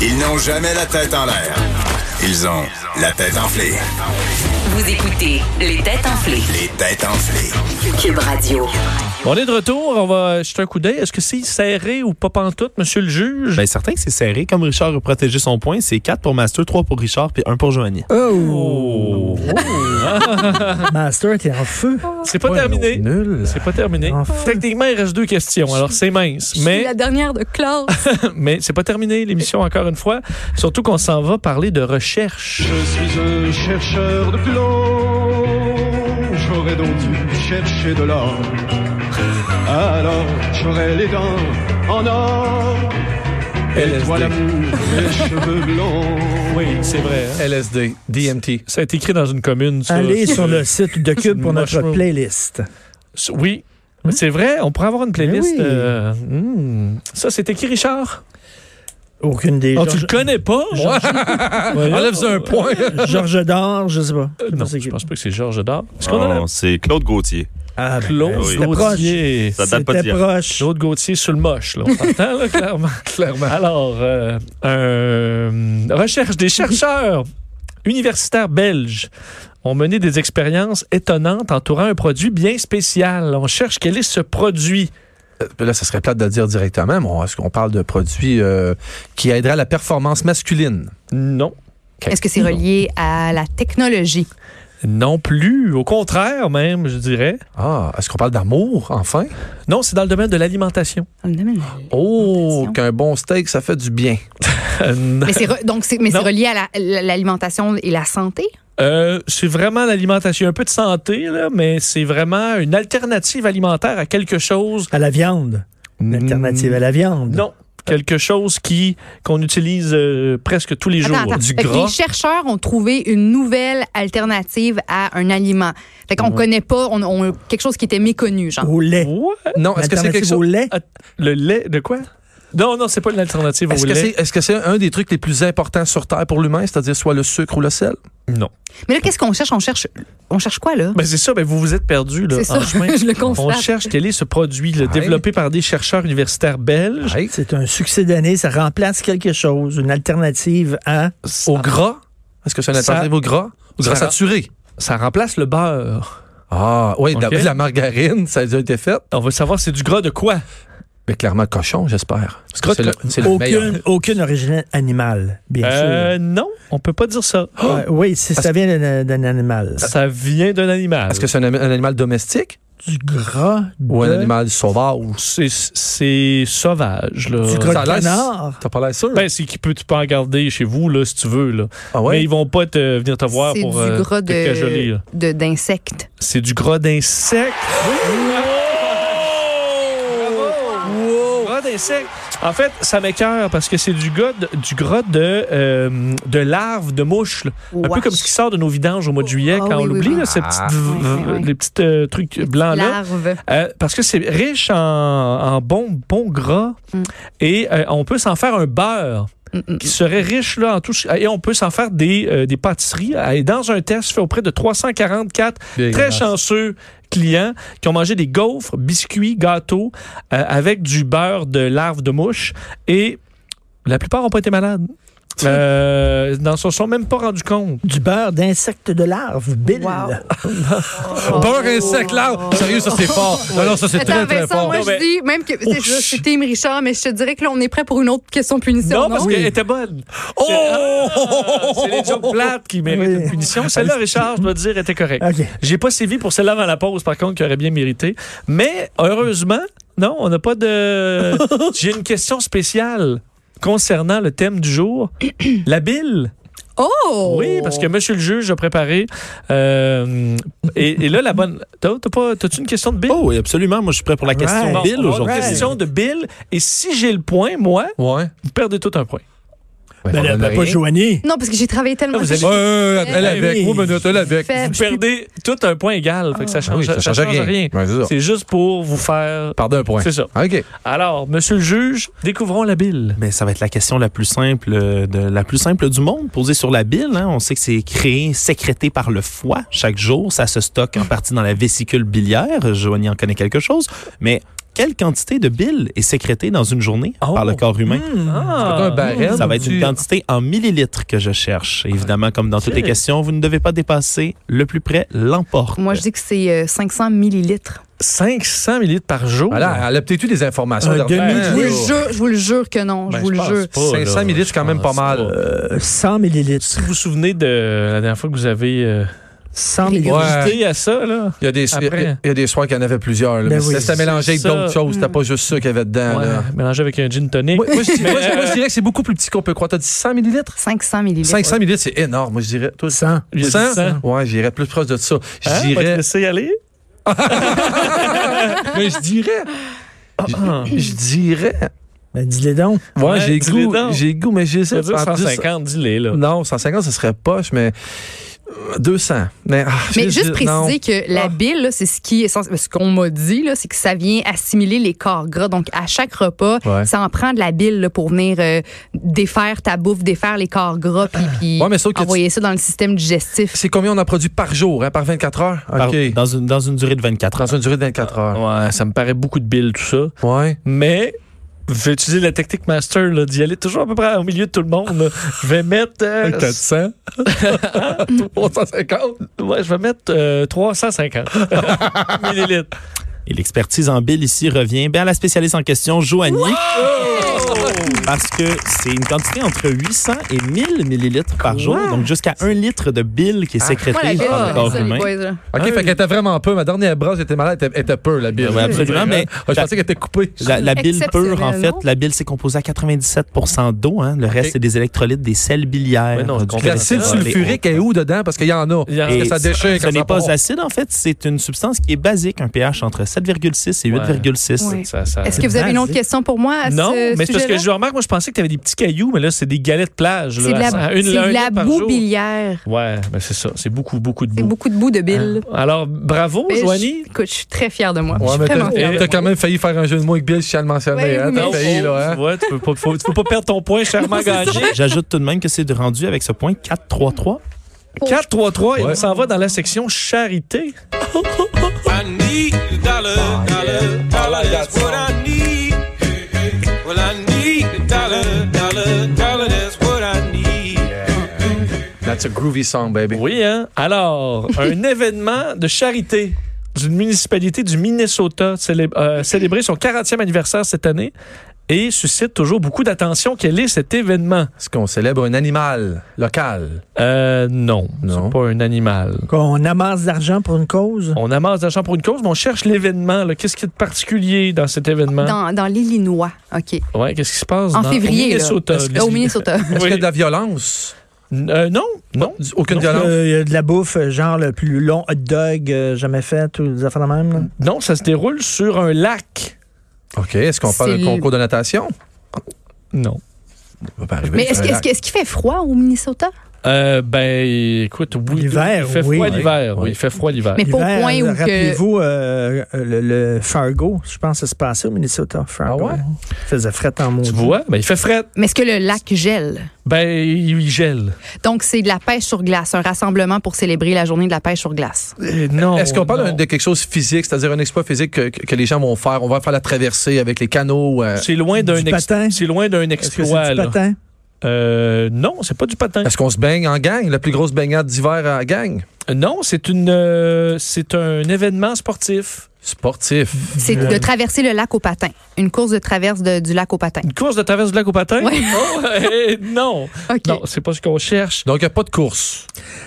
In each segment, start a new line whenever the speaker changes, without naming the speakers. Ils n'ont jamais la tête en l'air. Ils ont la tête enflée.
Vous écoutez Les têtes enflées.
Les têtes enflées.
Cube Radio.
On est de retour, on va jeter un coup d'œil. Est-ce que c'est serré ou pas pantoute, monsieur le juge?
Ben, certain que c'est serré. Comme Richard a protégé son point, c'est 4 pour Master, 3 pour Richard, puis 1 pour Joanie.
Oh.
Master, t'es en feu.
C'est pas terminé.
Nul.
C'est pas terminé.
Enfin.
Techniquement, il reste deux questions, alors c'est mince.
Je suis
Mais,
la dernière de classe.
mais c'est pas terminé l'émission encore une fois. Surtout qu'on s'en va parler de recherche.
Je suis un chercheur de plomb. J'aurais donc dû chercher de l'or. Alors j'aurais les dents en or. Et
LSD.
toi l'amour, les cheveux blonds.
Oui, c'est vrai. hein.
LSD, DMT.
Ça a été écrit dans une commune. ça.
Allez sur le site de Cube pour notre
Mushroom.
playlist.
Oui. C'est vrai, on pourrait avoir une playlist.
Mais oui.
euh, hmm. Ça, c'était qui, Richard?
Aucune des.
Oh, tu le
Georges-
connais pas?
Enlève un point.
Georges d'or, je sais pas. Je sais pas
Euh, Non,
c'est
je
qui.
pense pas que c'est Georges Dard. Est-ce
Ah.
qu'on a la-
Non, c'est Ah, Claude Gauthier.
Ah, ben,
Claude
oui.
C'était proche.
Gauthier.
Ça date pas
C'était
d'hier.
proche.
Claude Gauthier sur le moche, là. On s'entend, là, clairement. clairement. Alors, euh, euh, recherche des chercheurs universitaires belges ont mené des expériences étonnantes entourant un produit bien spécial. On cherche quel est ce produit.
Euh, Là, ça serait plate de le dire directement, mais on- est-ce qu'on parle de produits euh, qui aideraient à la performance masculine?
Non.
Est-ce que c'est relié à la technologie?
Non plus. Au contraire, même, je dirais.
Ah, est-ce qu'on parle d'amour, enfin?
Non, c'est dans le domaine de l'alimentation.
Ça me demande.
Oh,
Attention.
qu'un bon steak, ça fait du bien.
Euh, non.
Mais c'est re- donc c'est mais c'est
Non.
relié à la- la- l'alimentation et la santé.
Euh, c'est vraiment l'alimentation. Un peu de santé, là, mais c'est vraiment une alternative alimentaire à quelque chose
À la viande. Une alternative
Mm.
à la viande.
Mm. Non. Quelque chose qui qu'on utilise euh, presque tous les jours.
Attends, Euh, attends.
Du
Fait que
gras.
Les chercheurs ont trouvé une nouvelle alternative à un aliment. Fait
Mm.
qu'on connaît pas, on, on- quelque chose qui était méconnu, genre.
Au lait.
What?
Non, est-ce que c'est quelque
Alternative au
chose...
lait.
Ah, Le lait de quoi? Non, non, c'est pas une alternative au
Est-ce que
lait.
c'est est-ce que c'est un des trucs les plus importants sur Terre pour l'humain, c'est-à-dire soit le sucre ou le sel?
Non.
Mais là, qu'est-ce qu'on cherche? On cherche, on cherche quoi, là?
Ben c'est ça, ben vous vous êtes perdu là,
C'est
en
ça,
chemin.
je le
On
constate.
cherche quel est ce produit là,
Ouais.
développé par des chercheurs universitaires belges
Hey,
C'est un succès d'année. Ça remplace quelque chose. Une alternative à.
Ah,
Au gras? Est-ce que c'est une
Ça-
alternative au gras? Au gras
Ça-
saturé?
Ça remplace le beurre.
Ah, oui,
Ok.
la, la margarine, ça a déjà été fait.
On veut savoir c'est du gras de quoi?
Mais clairement, cochon, j'espère. Parce
Gras de
que C'est le,
co-
c'est le meilleur.
Aucune, aucune origine animale, bien
Euh, non, on peut pas dire ça.
sûr. Ouais, oui, si ça vient d'un d'un animal.
Ça vient d'un animal.
Est-ce que c'est un, am- un animal domestique
Du gras.
ou un
de-
animal sauvage?
c'est c'est sauvage là.
Du
Ça
gras
a
de
l'air-
canard.
T'as pas l'air sûr?
Ben c'est qui peut tu peux en garder chez vous là si tu veux là.
ah
Mais ils vont pas te venir te voir
C'est
pour
du
euh,
gras
te cajoler.
de-
là.
de- d'insectes.
C'est du gras d'insectes. Gras d'insectes. En fait, ça m'écœure parce que c'est du gras de, du gras de, euh, de larves de mouches. là. Un peu
Wesh.
comme ce qui sort de nos vidanges au mois de juillet
Ah
quand on
oui, oui,
l'oublie,
oui.
là, ces
Ah.
petites v-
Oui, oui,
v-
oui.
les petits euh, trucs blancs-là.
Larves.
Euh, parce que c'est riche en, en bon, bon gras
Mm.
et euh, on peut s'en faire un beurre
Mm, mm.
qui serait riche là, en tout. Et on peut s'en faire des, euh, des pâtisseries. Et dans un test fait auprès de 344 très chanceux clients qui ont mangé des gaufres, biscuits, gâteaux euh, avec du beurre de larves de mouche et la plupart n'ont pas été malades. Euh, n'en se sont même pas rendus compte.
Du beurre d'insectes de larve. Bill.
Wow.
Beurre, insecte,
Oh.
larve. Sérieux, ça c'est fort. Non, non, ça c'est très
Attends,
très
Vincent,
fort.
moi,
Non, mais-
je dis, même que c'est
Ouch.
juste, c'est Team Richard, mais je te dirais que là, on est prêt pour une autre question punition.
Non, parce qu'elle était bonne.
Oh!
Ah! C'est- C'est les jokes plates qui méritent
Oui. Ah.
une punition. Celle-là, Richard, je dois dire, était correcte.
OK.
J'ai pas sévi pour celle-là avant la pause, par contre, qui aurait bien mérité. Mais heureusement, non, on n'a pas de. J'ai une question spéciale concernant le thème du jour, la bile.
Oh!
Oui, parce que Monsieur le juge a préparé. euh, et, et là, la bonne. T'as t'as pas. T'as-tu une question de bile?
Oh oui, absolument. Moi, je suis prêt pour la question
Right.
Bill
On va avoir
aujourd'hui.
Une question de bile. Et si j'ai le point, moi,
Ouais.
vous perdez tout un point.
Ben, là, ben, pas Joanie.
Non, parce que j'ai travaillé tellement.
Là, vous avez-
Ouais, ouais, ouais, elle avec.
Oui.
Oui, minute, elle avec.
Fait-
Vous perdez tout un point égal. Fait que ça
Ah oui,
change, ça change rien.
Ouais, c'est ça.
C'est juste pour vous faire.
Pardon, un point.
C'est ça. Ah,
OK.
Alors, monsieur le juge, découvrons la bile.
Ben, ça va être la question la plus simple euh, de la plus simple du monde posée sur la bile. hein. On sait que c'est créé, sécrété par le foie chaque jour. Ça se stocke en partie dans la vésicule biliaire. Joanie en connaît quelque chose. Mais quelle quantité de bile est sécrétée dans une journée
Oh.
par le corps humain.
Hmm.
Ah. Ah,
un barème.
Ça va être
tu-
une quantité en millilitres que je cherche. Évidemment, comme dans toutes les questions, vous ne devez pas dépasser. Le plus près l'emporte.
Moi, je dis que c'est euh, 500 millilitres.
500 millilitres par jour.
Voilà, elle a peut-être eu des informations.
Un
dernièrement.
demi-
Je vous le
Oh.
jure, je vous le jure que non.
Ben,
je vous
je
le
pense
jure.
pas, là.
500 millilitres, c'est quand même
Je
pas
pense
mal.
pas.
Euh, 100 millilitres.
Si vous vous souvenez de la dernière fois que vous avez euh,
100
Ouais.
millilitres.
goûté à ça, là.
Il y a des, il y a-
Après.
il y a des soirs qu'il y en avait plusieurs. là,
Ben
mais
oui.
C'était mélangé avec
C'est
d'autres
ça.
choses. C'était pas juste ça qu'il y avait dedans.
Ouais,
Ah, là.
Mélangé avec un gin tonic.
Moi, moi, je dirais, moi, je- moi, je dirais que c'est beaucoup plus petit qu'on peut croire. T'as dit 100 millilitres?
500 millilitres.
500 millilitres, c'est énorme. Moi, je dirais. Toi,
100.
Il a dit
100?
100.
Ouais, j'irais plus proche de ça. Je
Hein? On va te
dirais.
laisser y aller?
Mais je dirais. Je je dirais.
Ben, dis-les donc.
Ouais,
Ouais,
j'ai
dis-les
goût.
donc.
J'ai goût, mais
Ça veut
j'hésite.
dire
En plus,
150, dis-les, là.
Non, 150, ce serait poche, mais euh, 200. Mais, ah,
Mais
j'hésite,
juste
non.
préciser que la
Ah.
bile, là, c'est ce qui est essentiel. Ce qu'on m'a dit, là, c'est que ça vient assimiler les corps gras. Donc, à chaque repas,
Ouais.
ça en prend de la bile là, pour venir euh, défaire ta bouffe, défaire les corps gras, puis, puis
Ouais, mais sauf que tu-
envoyer ça dans le système digestif.
C'est combien on en produit par jour, hein, par 24 heures?
Par-
OK.
dans, une, dans une durée de 24 heures.
Dans une durée de 24 heures.
Ouais, ça me paraît beaucoup de billes, tout ça.
Ouais.
Mais je vais utiliser la technique master là, d'y aller toujours à peu près au milieu de tout le monde. là. Je vais mettre. euh,
400. 350.
ouais, je vais mettre euh, 350 millilitres.
Et l'expertise en bile ici revient bien à la spécialiste en question, Joanie. Oh! Parce que c'est une quantité entre 800 et 1000 millilitres par jour, donc jusqu'à 1 litre de bile
Ah.
qui est
Moi, la
sécrétée
bile,
par
c'est
Ah, le corps
ça, les
humain.
boys, là.
OK, fait qu'elle était vraiment peu. Ma dernière brasse, j'étais malade, elle était- elle était peu, la bille.
Ouais, absolument, mais-
Ah, je pensais qu'elle était coupée.
La, la bile
Exceptionnel,
pure, en fait,
non?
la bile, c'est composée à 97 d'eau. hein. Le reste, c'est des électrolytes, des sels biliaires.
Ouais, non, je
du euh,
comprends.
L'acide
cholestérol, des
sulfurique est où dedans? Parce qu'il y en a.
Il y en a.
Parce que ça déchire.
Ce
quand
n'est
ça part.
pas acide, en fait, c'est une substance qui est basique, un pH entre 7,6 et
Ouais.
8,6.
Ouais.
Ça, ça-
Est-ce que vous avez une autre
basique.
question pour moi à
Non,
ce
mais c'est parce
sujet-là?
que je remarque, moi, je pensais que tu avais des petits cailloux, mais là, c'est des galets de plage. là,
C'est de la,
à- à une-
c'est de
un
la
litre par
boue
jour. Hein?
biliaire.
Ouais, ben c'est ça. C'est beaucoup, beaucoup de
C'est
boue. Hein?
beaucoup de boue de bile.
Alors, bravo,
Mais je-
Joanie.
écoute, je suis très fière de moi. Je
Ouais,
suis
mais
vraiment
t'as-
fière de
t'as
moi.
quand même failli faire un jeu de mots avec Bill, si je le mentionnais.
Ouais,
hein,
oui,
t'as
mais-
failli, là. hein.
Ouais, tu peux pas, faut, tu peux pas perdre ton point, chèrement gagné.
J'ajoute tout de même que c'est rendu avec ce point 4-3-3.
4-3-3, et
Ouais.
on s'en va dans la section charité.
Oh.
That's a groovy song, baby.
Oui, hein? Alors, un événement de charité d'une municipalité du Minnesota célé- euh, célébré son 40e anniversaire cette année et suscite toujours beaucoup d'attention. Quel est cet événement?
Est-ce qu'on célèbre un animal local?
Euh, non,
Non.
c'est pas un animal.
Qu'on amasse d'argent pour une cause.
On amasse d'argent pour une cause, mais on cherche l'événement. là. Qu'est-ce qui est de particulier dans cet
hein?
événement?
Dans, dans l'Illinois, OK.
Ouais, qu'est-ce qui se passe
En
dans-
février,
au Minnesota?
là. Au Minnesota.
Oui.
Est-ce qu'il y a de la violence?
Euh, non, non.
Du- Aucune
Non.
Euh,
violence?
Il y a de la bouffe, euh, genre le plus long hot dog euh, jamais fait, ou des affaires de même. là.
Non, ça se déroule sur un lac.
OK. Est-ce qu'on parle
C'est
d'un
le-
concours de natation?
Non.
Ça va pas arriver,
Mais
c'est
est-ce
un
que- est-ce
lac.
que- est-ce qu'il fait froid au Minnesota?
Euh, ben, écoute, oui.
L'hiver,
il fait
oui.
froid l'hiver.
Oui.
Oui, il fait froid l'hiver.
Mais pas au
L'hiver,
point où que-
Rappelez-vous euh, euh, le, le Fargo, je pense que ça se passait au Minnesota. Fargo.
Ah ouais?
Il faisait fret en mots.
Tu vois, ben, il fait fret.
Mais est-ce que le lac gèle?
Ben, il il gèle.
Donc, c'est de la pêche sur glace, un rassemblement pour célébrer la journée de la pêche sur glace.
Euh,
Oh,
non.
Est-ce qu'on parle
non.
de quelque chose de physique, c'est-à-dire un exploit physique que, que- que les gens vont faire? On va faire la traversée avec les canots. euh,
C'est loin d'un
Du
ex-
patin?
C'est loin d'un
Est-ce que c'est
exploit.
du
là.
patin?
Euh, non, c'est pas du patin.
Est-ce qu'on se baigne en gang? La plus grosse baignade d'hiver en gang?
Non, c'est une, euh, c'est un événement sportif.
Sportif.
C'est de traverser le lac au patin. Une course de traverse de- du lac au patin.
Une course de traverse du lac au patin. Oh, eh, non,
OK.
non, c'est pas ce qu'on cherche.
Donc, il n'y a pas de course.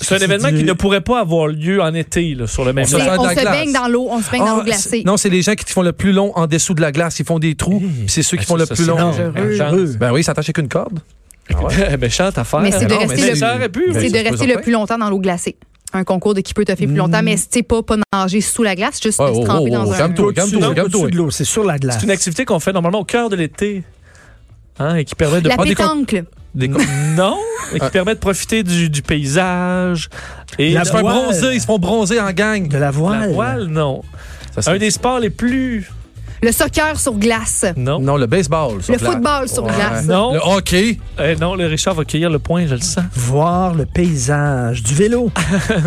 C'est un
C'est
événement
du-
qui ne pourrait pas avoir lieu en été là, sur le même
On
C'est-
se
lac.
sent de
on
la
se
glace.
baigne dans l'eau, on se baigne
Ah,
dans l'eau
c'est-
glacée.
non, c'est les gens qui font le plus long en dessous de la glace. Ils font des trous. puis C'est ceux qui
Ah,
font
ça,
le
ça,
plus
c'est
long.
dangereux.
Dangereux.
Ben oui, s'attacher qu'une corde.
Ah Méchante affaire.
Mais c'est de
non,
rester
mais
le-
ça
ça aurait pu.
Ben, ça
C'est de
se peut
rester le
certain.
plus longtemps dans l'eau glacée. Un concours de qui peut te faire plus longtemps, mais c'est pas pas nager sous la glace, juste
Oh,
se
oh,
tremper
oh,
dans
oh,
un.
calme-toi,
Au-dessus
calme-toi,
non, au-dessus
calme-toi.
de l'eau, c'est sur la glace.
C'est une activité qu'on fait normalement au cœur de l'été. Hein, et qui permet de
La
pas des
pétancle.
Des co-
Non, mais qui permet de profiter du, du paysage. Et
La
ils se font
voile.
bronzer. Ils se font bronzer en gang.
De la voile.
La voile, non.
Ça, c'est-
Un des sports les plus
Le soccer sur glace.
Non.
Non, le baseball. sur
Le
glace.
football sur glace.
Non.
Le hockey.
Eh, non, le Richard va cueillir le point, je le sens.
Voir le paysage. Du vélo.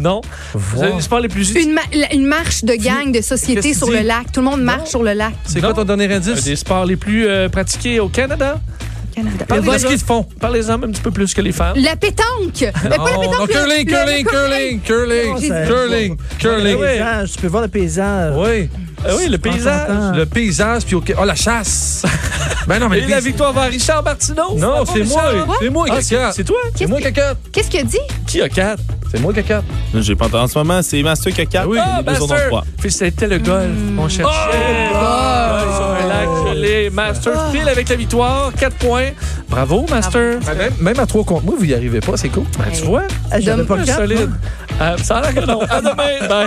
non.
Voir.
C'est les sports les plus utiles.
Une, ma- la- une marche de gang, de société
Qu'est-ce
sur
que tu
le
dis?
lac. Tout le monde marche sur le lac
C'est
Non.
quoi ton dernier
Un
indice?
des sports les plus euh, pratiqués au Canada.
au Canada.
Parlez de ce qu'ils font.
Parlez-en un petit peu plus que les femmes.
La pétanque! Mais pas la
Non,
pétanque!
Oh, non,
le-
curling,
le- Oh,
curling,
le
curling, curling,
c'est-
curling, curling.
Le paysage, Tu peux voir le euh, paysage.
Oui.
Ah Eh oui, le
Pas
paysage.
content.
Le paysage, puis OK. Oh, la chasse. Ben non, mais
Et
le
la
pays-
victoire va à Richard Martineau.
Non,
Bravo,
c'est
Richard.
moi. C'est moi,
Ah, c'est-
caca.
c'est toi?
C'est moi, caca.
Qu'est-ce qu'il a dit?
Qui a 4?
C'est moi, caca.
J'ai pas entendu. En ce moment, c'est Master Ah, qui a
Ah,
quatre,
Oui,
et les deux autres ont trois.
Puis C'était le golf, mon cher. Sur un lac gelé. Master file avec la victoire. 4 points. Bravo, Master.
Ben, Même, même à trois contre moi, vous y arrivez pas, c'est cool.
Ben, tu vois?
Ah, J'avais pas
Dommage,
quatre,
solide.
moi.
Euh, ça a l'air que non. À demain. Bye.